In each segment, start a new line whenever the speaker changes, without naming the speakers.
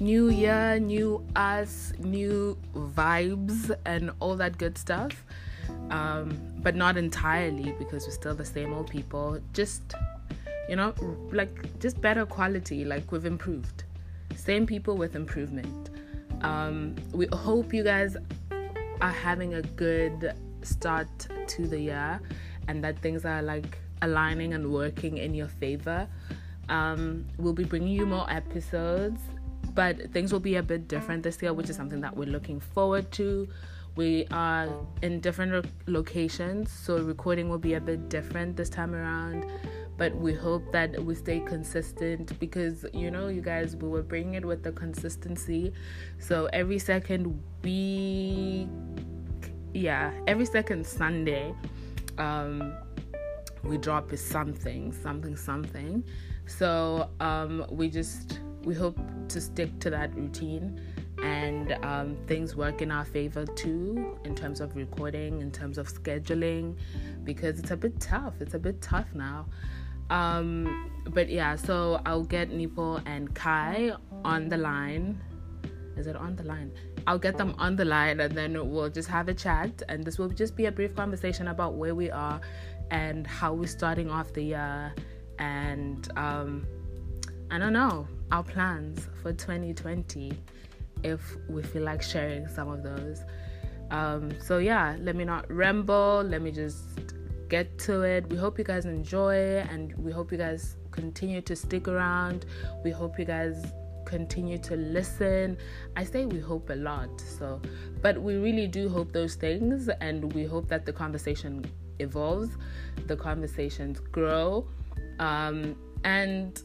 year, new us, new vibes, and all that good stuff. Um, but not entirely because we're still the same old people. Just, you know, like just better quality. Like we've improved. Same people with improvement. Um, we hope you guys are having a good start to the year and that things are like aligning and working in your favor. Um, we'll be bringing you more episodes, but things will be a bit different this year, which is something that we're looking forward to. We are in different lo- locations, so recording will be a bit different this time around. But we hope that we stay consistent because you know, you guys, we were bringing it with the consistency. So every second week, yeah, every second Sunday, um, we drop is something, something, something. So um, we just we hope to stick to that routine, and um, things work in our favor too in terms of recording, in terms of scheduling, because it's a bit tough. It's a bit tough now. Um, but yeah, so I'll get Nipo and Kai on the line. Is it on the line? I'll get them on the line and then we'll just have a chat. And this will just be a brief conversation about where we are and how we're starting off the year and um, I don't know our plans for 2020 if we feel like sharing some of those. Um, so yeah, let me not ramble. Let me just get to it. We hope you guys enjoy and we hope you guys continue to stick around. We hope you guys continue to listen. I say we hope a lot. So, but we really do hope those things and we hope that the conversation evolves, the conversations grow, um, and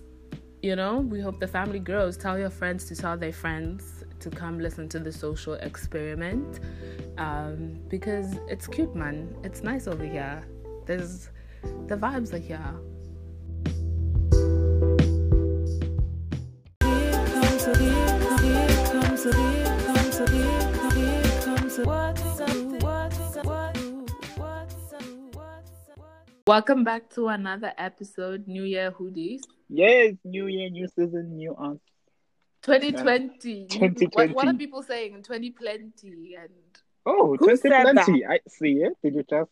you know, we hope the family grows. Tell your friends to tell their friends to come listen to the social experiment um, because it's cute, man. It's nice over here. There's the vibes are here. Welcome back to another episode, New Year Hoodies.
Yes, new year, new season, new us.
2020.
2020.
What, what are people saying? 2020. And
Oh,
Who said
2020. I see it. Did you just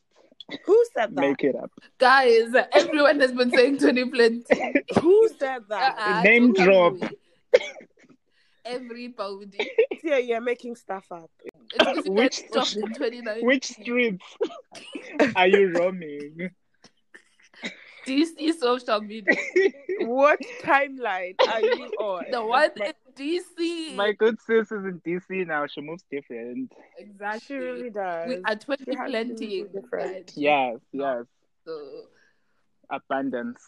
Who said that?
make it up?
guys, everyone has been saying 2020.
Who said that?
Uh-uh,
Name
don't
drop.
worry. Everybody.
Yeah, you're making stuff up.
It's because you
Which-
guys dropped in 2019.
Which streets are you roaming?
Do you see social media?
What timeline are you on?
The one
My-
in DC.
My good sis is in DC now. She moves different.
She
exactly.
really does.
we are 20
She has
plenty.
to be different.
guys.
Yes, yes.
So,
Abundance.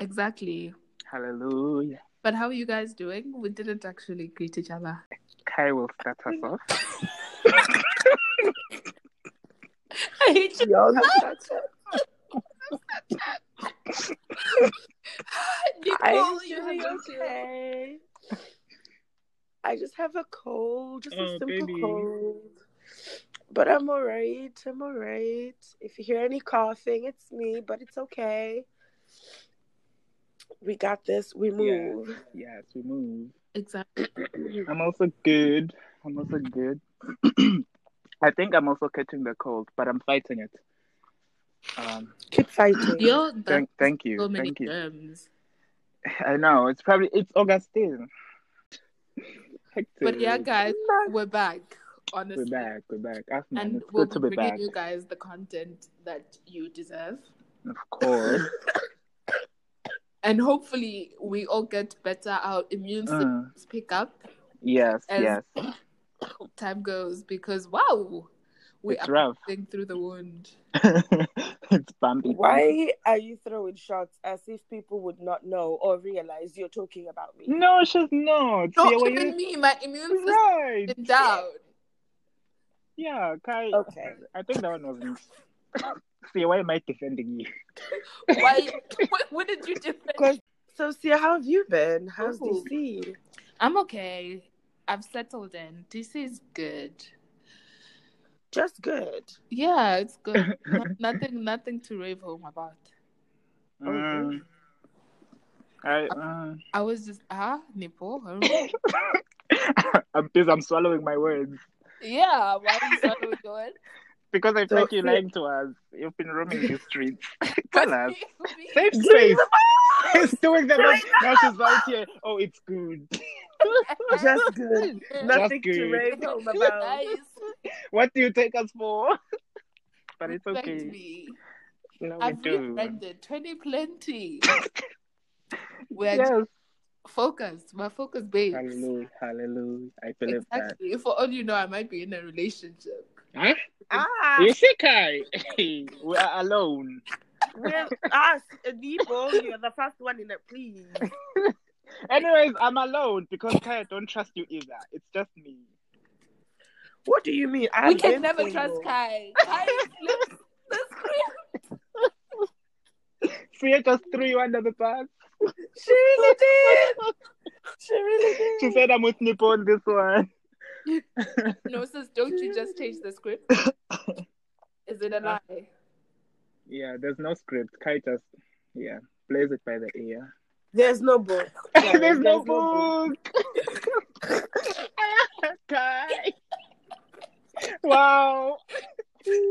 exactly.
Hallelujah.
But how are you guys doing? We didn't actually greet each other.
Kai will start us off.
I hate you.
Y'all have such a-
Nicole,
I'm
you
doing
have
okay. I just have a cold, just
Oh,
a simple
baby.
cold. But I'm alright. I'm alright. If you hear any coughing, it's me, but it's okay. We got this. We move.
Yes, we move.
Exactly.
I'm also good. I'm also good. I think I'm also catching the cold, but I'm fighting it. Um,
Keep fighting.
Yo, that's
thank, thank you.
so many
thank you.
terms.
I know it's probably it's Augustine.
But yeah, guys, we're back. Honestly.
we're back. We're back. Us, man,
And
it's
we'll
good
be
to be
bringing
back.
you guys the content that you deserve.
Of course.
And hopefully, we all get better. Our immune systems
Mm.
pick up
Yes,
As-
yes.
time goes because wow, we
It's
are
rough.
passing through the wound.
it's bumpy.
Why are you throwing shots as if people would not know or realize you're talking about me?
No, she's not.
Not
yeah, well,
even
you-
me. My immune system
right.
is down.
Yeah, Kai.
Okay.
I think that one was. See, why am I defending you?
Why? what, what did you do?
Because so, Sia, how have you been? How's
Ooh.
DC?
I'm okay. I've settled in. DC is good.
Just good.
Yeah, it's good. No- nothing, nothing to rave home about.
Mm. I, uh,
oh. I was just ah nipple. huh?
I'm pissed. I'm swallowing my words
Yeah, why is that what we're doing?
because I
So-
think you're lying to us. You've been roaming these streets. Tell us.
We- we-
Safe space. It's doing the best. Now she's out here. Oh, it's good.
Just good. Nothing to
good.
rave home about.
Guys,
What do you take us for? But it's
respect
okay.
me.
No, we
I've
do.
rebranded 20 plenty. We're
Yes.
focused. We're focused, babes.
Hallelujah. Hallelujah. I believe that.
Exactly. For all you know, I might be in a relationship.
Huh?
Ah,
You see, Kai? we are alone.
we're us, people. You're the first one in it, please.
Anyways, I'm alone because Kai don't trust you either. It's just me.
What do you mean?
we can never trust Kai. Kai flips the script.
See, I just threw you under the bus.
She really did. She really did.
She said I'm with Nippon this one.
No, sis, don't you just change the script? Is it a lie?
Yeah, there's no script. Kai just, yeah, plays it by the ear.
There's no book.
there's, no book. Kai. Wow.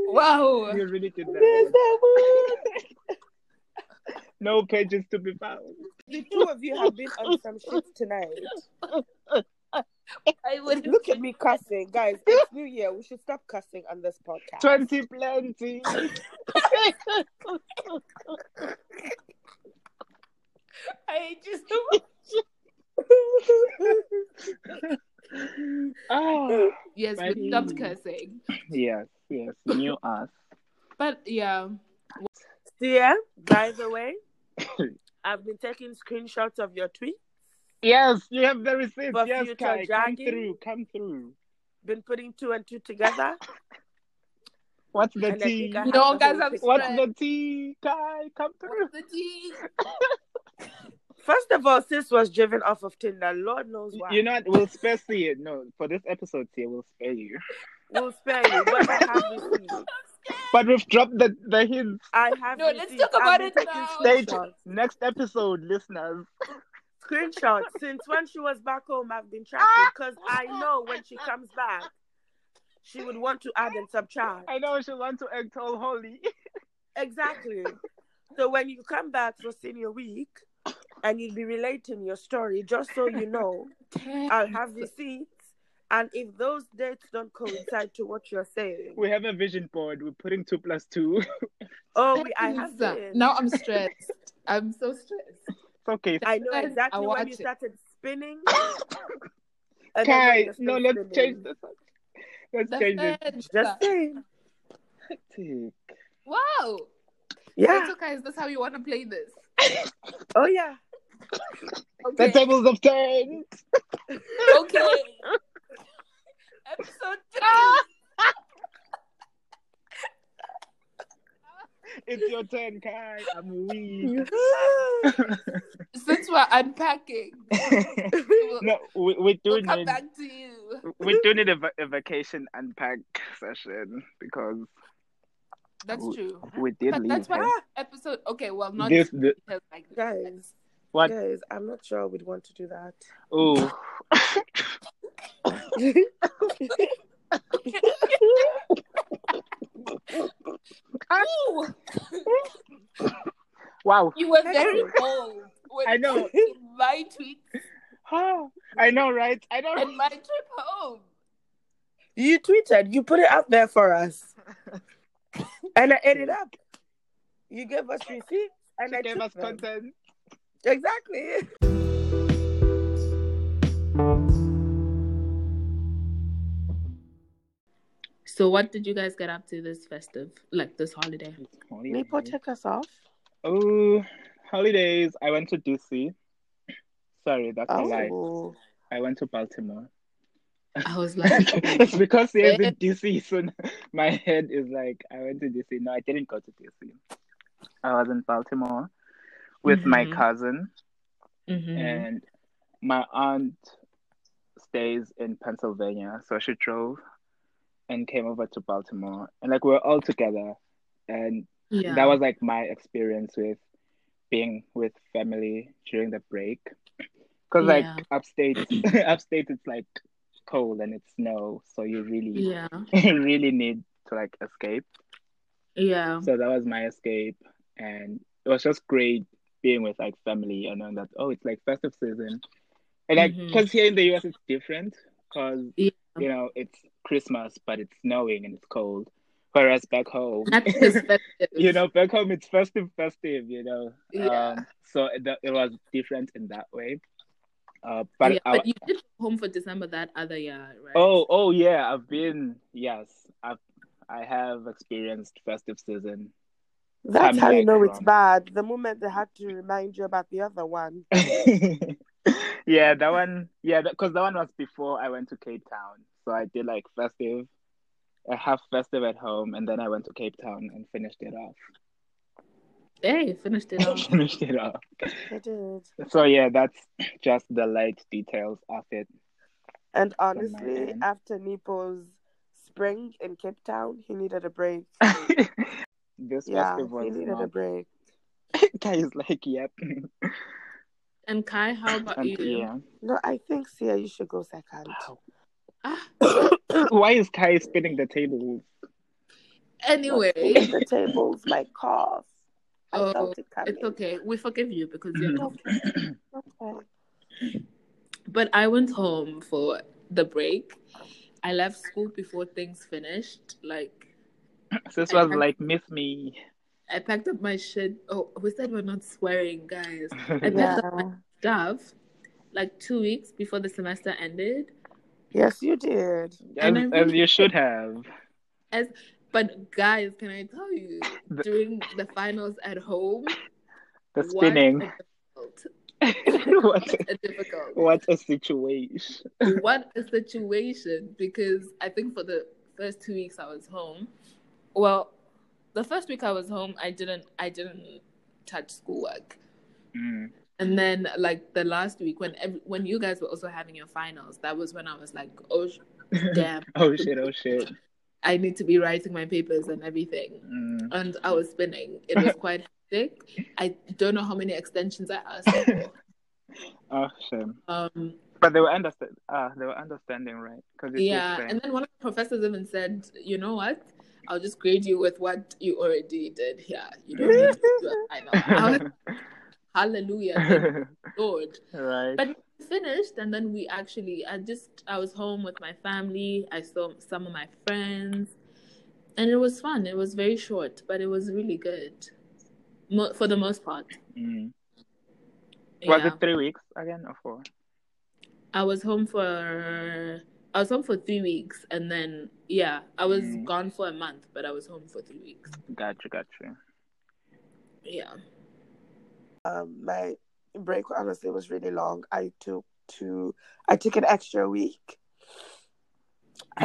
Wow.
You really did
There's
that.
no book.
No pages to be found.
The two of you have been on some shit tonight.
I would
Look at me cussing, guys. It's New Year. We should stop cussing on this podcast.
20 plenty.
I just
oh.
Yes, we
Right.
stopped cursing.
Yes, yes. New us.
But yeah.
Sia, by the way, I've been taking screenshots of your tweet,
Yes, you have the receipts.
For
yes,
future
Kai, come
dragging.
through, come through.
been putting two and two together.
What's the
And I
tea?
think I have
No,
the
guys,
whole
I'm
picture.
What's
Right.
the tea, Kai? Come through.
The tea.
First of all, sis was driven off of Tinder. Lord knows why.
You know what? We'll spare you. No, for this episode here, we'll spare you.
We'll spare you, but I have received.
But we've dropped the, the hints.
I have
No, let's
received.
talk about
I've
it
been
now.
Stay
taking
tuned. Next episode, listeners.
Screenshots. screenshots since when she was back home. I've been
Ah!
tracking because I know when she comes back, she would want to add and subtract.
I know she wants to act all holy.
Exactly. So when you come back for senior week and you'll be relating your story, just so you know, I'll have receipts. And if those dates don't coincide to what you're saying,
We have a vision board. We're putting two plus two.
oh, we, I have
Yes.
this.
Now I'm stressed. I'm so stressed.
It's okay.
I know
Guys, I
exactly when
watch
you
it.
started spinning. And then when
Kai,
you're
no,
still
let's
spinning.
change the subject. Let's
The
change the
French.
Just saying.
tactic.
Wow.
Yeah.
It's okay. Is this how you want to play this?
Oh, yeah.
The
Okay.
tables of turn.
okay. Episode three.
It's your turn, Kai. I'm weak.
Since we're unpacking, we'll,
no, we, we do
we'll come
need
back to you.
we do need a, va- a vacation unpack session because
That's
We-
true.
we did
But
leave
that's
her.
why episode. Okay, well, not
This- the-
details like this.
Guys,
What?
guys, I'm not sure we'd want to do that.
Oh,
Ooh,
wow!
you were very bold. when
I know.
it came to My tweet
Oh, I know, right? I know.
and my trip home.
You tweeted, you put it out there for us. and I ate it up. You gave us receipts and I
She gave
took
us
them.
content.
Exactly.
So, what did you guys get up to this festive, like this holiday?
Nipo, take us off.
Oh, holidays! I went to DC. Sorry, that's a lie.
Oh.
I went to Baltimore.
I was like,
it's because he is in DC, so n- my head is like, I went to DC. No, I didn't go to DC. I was in Baltimore with my
Mhm.
cousin,
mhm.
and my aunt stays in Pennsylvania, so she drove and came over to Baltimore, and like we were all together, and
yeah,
that was like my experience with being with family during the break. Because like
Yeah.
upstate, upstate it's like cold and it's snow, so you really,
Yeah.
you really need to like escape.
Yeah.
So that was my escape, and it was just great being with like family and knowing that oh, it's like festive season, and like
Mhm.
because here in the US it's different because
Yeah.
you know it's Christmas but it's snowing and it's cold, whereas back home
That perspective.
you know back home it's festive festive you know
Yeah.
um, so it, it was different in that way uh but,
But, yeah,
I-
but you did go home for December that other year, right?
oh oh yeah i've been yes i've i have experienced festive season
That's
Coming
how
back
you know it's
from-
bad. The moment they had to remind you about the other one.
yeah that one yeah because that one was before i went to cape town so i did like festive i have festive at home and then i went to cape town and finished it off
Hey, finished it off.
finished it off
I did.
so yeah that's just the light details of it
And
my
honestly,
end.
after Nipo's spring in Cape Town, he needed a break.
this
yeah,
festive
he
was
needed a
not...
break.
guys like yep
And Kai, how about
and,
you?
yeah
No, I think Sia, you should go second.
Ah,
why is kai spinning the table
anyway,
the tables, my cough. I
Oh,
felt it coming.
it's okay. We forgive you because you're
Mhm.
not.
Okay. okay.
But I went home for the break. I left school before things finished. Like
this was like miss me
I packed up my shit. Oh, we said we're not swearing, guys. I packed
Yeah.
up my stuff like two weeks before the semester ended.
Yes, you did.
as,
And I
as
really-
you should have
But guys, can I tell you,
The-
during the finals at home,
the
what
spinning
a difficult,
what,
a difficult,
what a situation
what a situation. Because I think for the first two weeks I was home. Well, the first week I was home, I didn't, I didn't touch schoolwork.
Mm.
And then like the last week when ev- when you guys were also having your finals, that was when I was like, oh sh- damn,
oh shit oh shit
I need to be writing my papers and everything.
Mm.
And I was spinning. It was quite hectic. I don't know how many extensions I asked for.
oh shame
Um,
but they were understand ah they were understanding right because
yeah. And then one of the professors even said, you know what? I'll just grade you with what you already did. Yeah, you don't need to do a final. I was, Hallelujah, thank you, Lord.
right
But finished and then we actually i just i was home with my family i saw some of my friends and it was fun it was very short but it was really good Mo- for the most part
Mm. was
yeah
it three weeks again or four
i was home for i was home for three weeks and then yeah i was
Mm.
gone for a month but i was home for three weeks
gotcha gotcha
yeah
Um, my break honestly was really long. I took two. I took an extra week.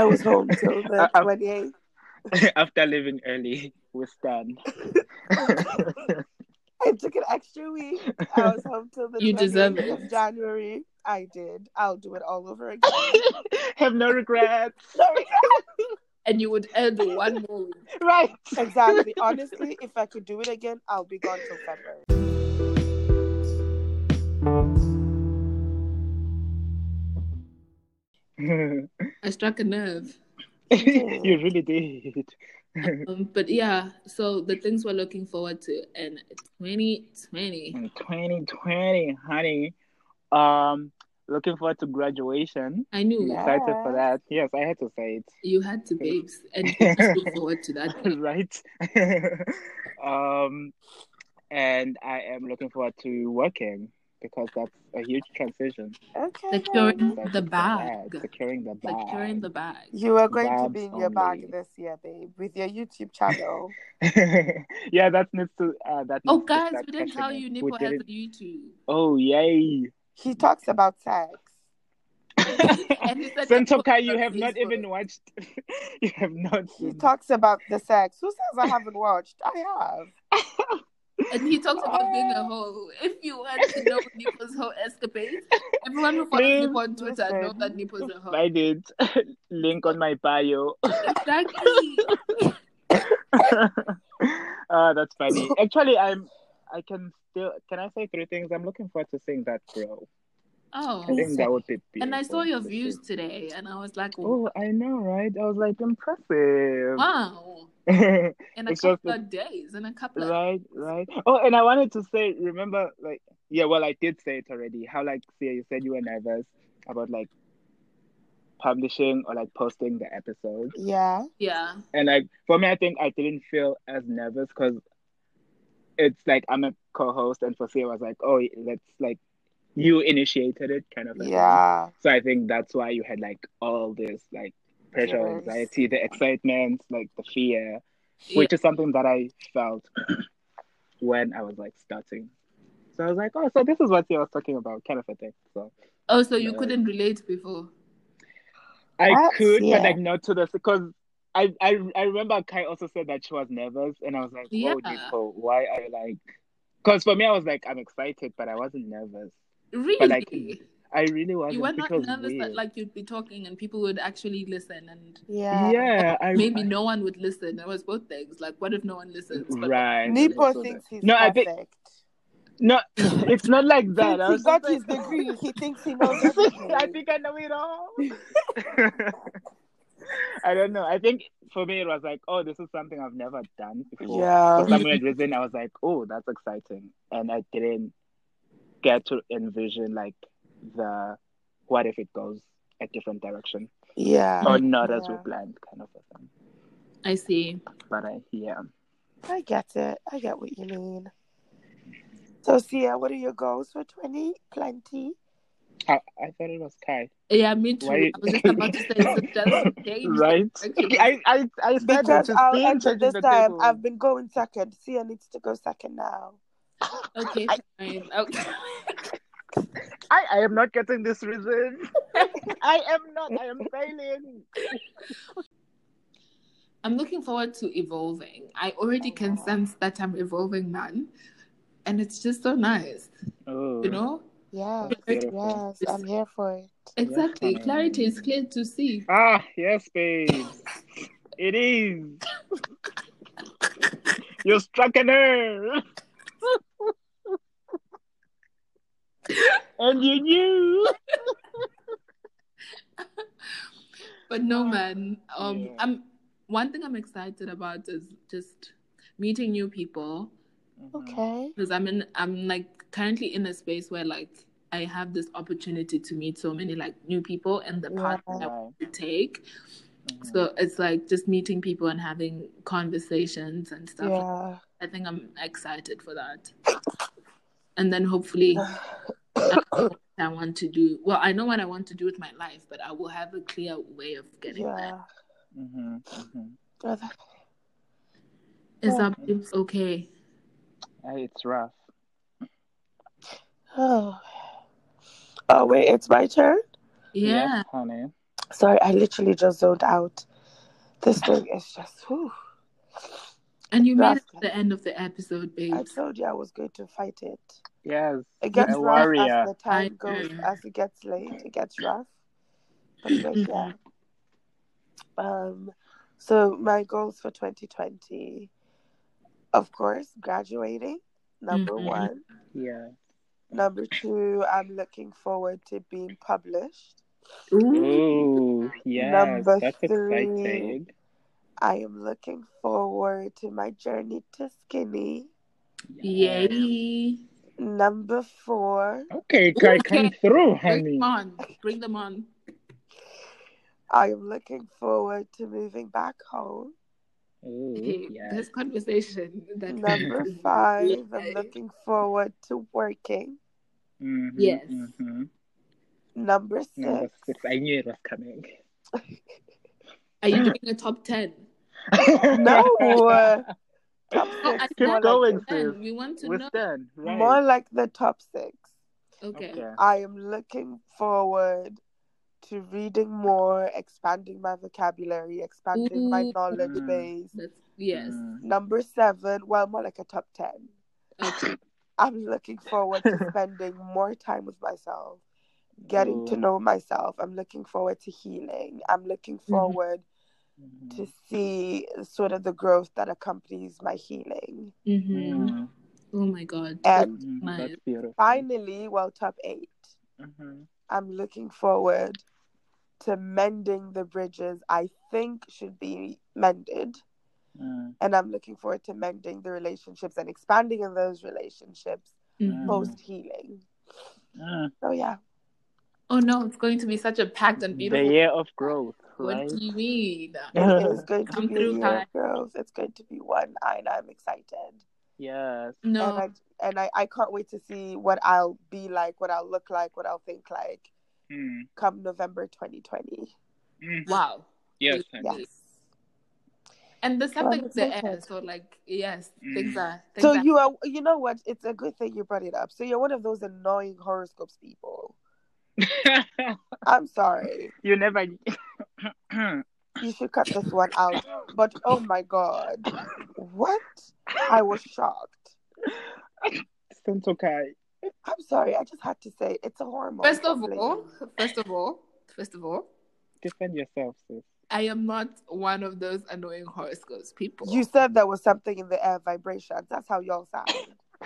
I was home till
Uh,
the
I- I-
twenty eighth.
after leaving early with Stan.
I took an extra week. I was home till the
You deserve
28th
it.
of January. I did. I'll do it all over again.
Have no regrets.
Sorry.
and you would add one more week.
Right.
Exactly. Honestly, if I could do it again, I'll be gone till February.
you
i struck a nerve
really did.
um, but yeah so the things we're looking forward to in 2020
In 2020, honey. Um, looking forward to graduation.
I knew
I'm excited for that. Yes, I had to say
you had to, babes, and you just look forward to that.
it. right. um, and I am looking forward to working because that's a huge transition.
Okay.
Securing
That's
the
the
bag,
bag, Securing the bag.
like carrying the bag.
You are going to be
Vibes
in your bag
only.
this year, babe, with your YouTube channel.
yeah, that needs to. Uh, that.
Oh,
needs to
guys,
start
we didn't
pushing
tell
it.
you
We
Nico has a
didn't-
YouTube,
Oh yay!
he talks about sex.
and he said,
Sentokai,
that-
you have not
please for
even
it.
watched. you have not.
He talks about the sex. Who says I haven't watched? I have.
And he talks about being a hoe. If you want to know Nico's whole escapades, everyone who follows
Please,
Nico on Twitter knows
listen.
that Nico's a hoe.
I did. Link on my bio.
Exactly.
Ah, that's funny. Actually, I'm. I can still. Can I say three things? I'm looking forward to seeing that grow.
Oh,
I think that would be
and I saw
beautiful
your
for
views
sure.
today, and I was like,
Oh, I know, right? I was like impressive.
wow! In a
It's just
couple of days, in a couple of
right, right. Oh, and I wanted to say, remember, like, yeah, well, I did say it already. How, like, Sia, you said you were nervous about like publishing or like posting the episode,
Yeah.
yeah,
and like for me, I think I didn't feel as nervous because it's like I'm a co-host, and for Sia was like, oh, let's like you initiated it, kind of. a thing.
Yeah.
So I think that's why you had like all this like pressure,
Yes.
anxiety, the excitement, like the fear, which is something that I felt when I was like starting. So I was like, oh, so this is what he was talking about, kind of a thing. So
Oh, so you
No.
couldn't relate before?
I
That's-
could,
yeah.
but like not to this because. I, I, I remember Kai also said that she was nervous, and I was like,
Yeah.
"Oh, Nicole, why are you like?" Because for me, I was like, "I'm excited," but I wasn't nervous.
Really?
like, I really wasn't.
you were not
It was
nervous that
weird.
like you'd be talking and people would actually listen, and
Yeah.
yeah, I
maybe no one would listen. It was both things. Like, what if no one listens? But-
right.
Nipo
So
thinks he's
No, I think-
perfect.
No, it's not like that. I was
Since he got
just
his
like-
degree, he thinks he knows everything.
I think I know it all. I don't know. I think for me it was like, oh, this is something I've never done before.
Yeah.
For some weird reason, I was like, oh, that's exciting, and I didn't get to envision like the what if it goes a different direction
Yeah.
or not as we
Yeah.
planned, kind of a thing.
I see.
But I yeah.
I get it. I get what you mean. So, Sia, what are your goals for 20? Plenty.
I, I thought it was Kai,
Yeah, me too.
Why-
I was just about to say, so just change.
right?
Okay.
I I I said that
Because
she's
I'll
been
enter
changing
this
the
time.
table.
I've been going second. Sia needs to go second now.
Okay, fine. Oh, Okay.
I, I am not getting this reason. I am not. I am failing.
I'm looking forward to evolving. I already can
Aw.
sense that I'm evolving, man, and it's just so nice,
Oh,
you know.
Yes.
Beautiful.
Yes. I'm here for it.
Exactly.
Yes,
Clarity
honey.
is clear to see.
Ah, yes, babe. It is. You struck an nerve. and you knew.
But no, man. Um,
Yeah.
I'm one thing I'm excited about is just meeting new people
Mm-hmm. Mm.
Okay.
because I'm in. I'm like currently in a space where like I have this opportunity to meet so many like new people and the path
Yeah.
that I want
Mm-hmm.
to take. So it's like just meeting people and having conversations and stuff.
Yeah.
I think I'm excited for that. And then hopefully I know what I want to do. Well, I know what I want to do with my life, but I will have a clear way of getting there.
Yeah.
Mm-hmm.
Is
Yeah.
that it's okay?
It's rough.
Oh. Oh, wait. It's my turn?
Yeah.
Yes, honey.
Sorry. I literally just zoned out. This thing is just. Whew.
And you made it
That's
to the end of the episode, babe.
I told you I was going to fight it.
Yes.
It gets
a
rough
warrior.
as the
I
time goes,
know.
as it gets late, it gets rough. But like, yeah. Um, so my goals for 2020, of course, graduating, number
Mhm.
one.
Yeah.
Number two, I'm looking forward to being published.
Ooh.
Oh, yes.
Number
That's
three.
exciting.
I am looking forward to my journey to skinny.
Yay.
Number four,
Okay, Kai,
Okay.
come
Bring
through, honey.
them on. Bring them on.
I am looking forward to moving back home.
Ooh,
Hey,
yeah.
this conversation that
Number
Yeah.
five, I'm looking forward to working.
Mhm,
Yes.
mhm.
Number six,
Number six. I knew it was coming.
Are you doing a top ten?
no, uh,
No,
top six,
Oh, I
Keep
more,
going,
like
sis.
Ten. We want to
We're
know.
done.
the,
Right.
more like the top six.
Okay.
I am looking forward to reading more, expanding my vocabulary, expanding my
Ooh.
knowledge
Mm.
base.
That's yes.
Mm.
Number seven, well, more like a top ten.
Okay.
I'm looking forward to spending more time with myself, getting to
Ooh.
know myself. I'm looking forward to healing. I'm looking forward to see sort of the growth that accompanies my healing.
Mm-hmm.
Mm,
Oh my god.
And
mm,
Nice.
That's beautiful.
finally, well, top eight,
hmm
I'm looking forward to mending the bridges I think should be mended.
Mm.
And I'm looking forward to mending the relationships and expanding in those relationships
Mhm.
post healing.
Mm.
So, yeah.
Oh no, it's going to be such a packed and
The
beautiful.
year of growth,
What
right?
do you mean?
It is going to
Uh, Come
be
through,
a year
guys.
of growth. It's going to be one, and I'm excited.
yes.
No,
And I and I, I can't wait to see what I'll be like, what I'll look like, what I'll think like
Mm.
come November 2020.
Mm.
wow.
Yes.
Yeah.
Yes. And there's
Come
something
on,
in the
let's
air,
make
so like yes,
Mm.
things are things
So
are
you are you know what? It's a good thing you brought it up. So you're one of those annoying horoscopes people. I'm sorry.
you never.
You should cut this one out. But oh my god. What? I was shocked.
Sentokai.
I'm sorry, I just had to say it's a hormone.
First of
problem.
all, first of all, first of all,
Defend yourself, sis.
I am not one of those annoying horoscopes people.
you said there was something in the air vibrations. That's how y'all sound.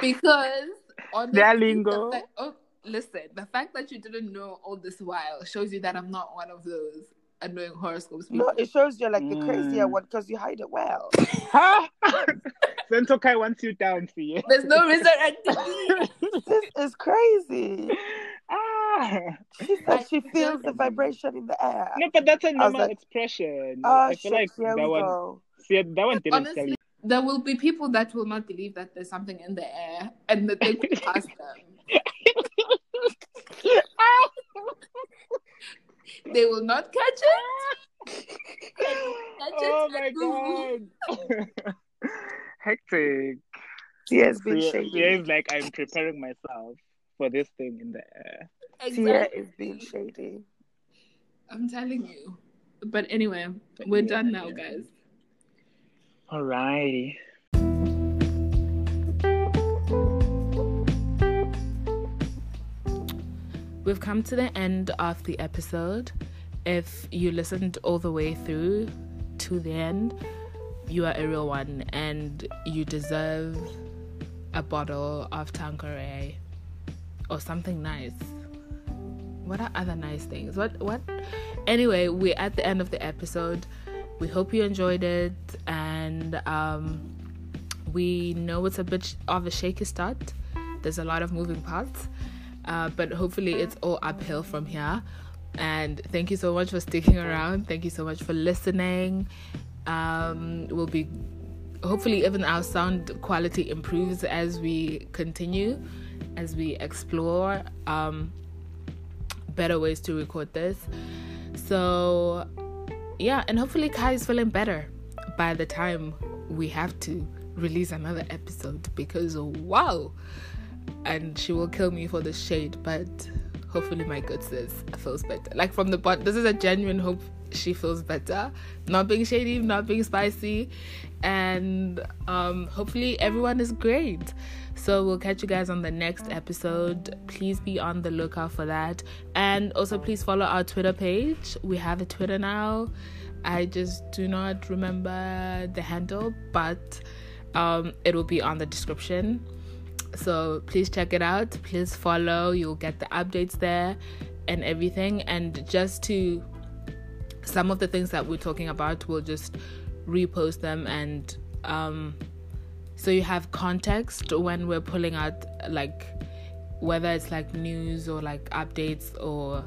because honestly,
Their
the
lingo.
fact, oh, listen, the fact that you didn't know all this while shows you that I'm not one of those annoying horoscopes people.
No, it shows you're like the crazier
Mm.
one because you hide it well.
Ha! Sentokai wants you down, see you.
There's no resurrecting me.
this is crazy.
ah.
She
I
said she feels the vibration in the air.
No, but that's a normal
like,
expression.
Oh
I
shit,
feel like that
here we
one.
go.
See, that one didn't tell
Honestly, there will be people that will not believe that there's something in the air and that they will ask them.
you. Ah!
They will not catch it. Catch it
oh my
and move.
god. Hectic.
Tia is being
Sia, Sia
shady.
is like, I'm preparing myself for this thing in the air.
Tia
Exactly.
is being shady.
I'm telling you. But anyway, we're
Yeah,
done now,
yeah.
guys.
Alrighty.
We've come to the end of the episode. If you listened all the way through to the end, you are a real one and you deserve a bottle of Tanqueray or something nice. What are other nice things? What what anyway, we're at the end of the episode. We hope you enjoyed it and um we know it's a bit sh- of a shaky start. There's a lot of moving parts, uh, but hopefully it's all uphill from here. And thank you so much for sticking around. Thank you so much for listening. Um, we'll be hopefully even our sound quality improves as we continue, as we explore um, better ways to record this. So yeah, and hopefully Kai is feeling better by the time we have to release another episode because wow, and she will kill me for the shade, but hopefully my good sis feels better. Like from the bot, this is a genuine hope she feels better, not being shady, not being spicy, and um, hopefully everyone is great. So we'll catch you guys on the next episode. Please be on the lookout for that. And also please follow our Twitter page. We have a Twitter now. I just do not remember the handle, but um, it will be on the description. So please check it out. Please follow. You'll get the updates there and everything. And just to some of the things that we're talking about, we'll just repost them and um, so you have context when we're pulling out like whether it's like news or like updates or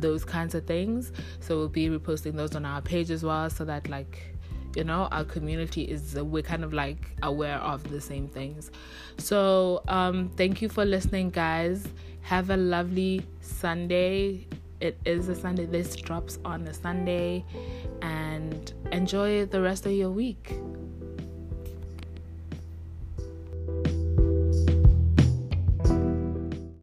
those kinds of things so we'll be reposting those on our page as well so that like you know our community is we're kind of like aware of the same things so um thank you for listening guys have a lovely sunday it is a sunday this drops on a sunday and enjoy the rest of your week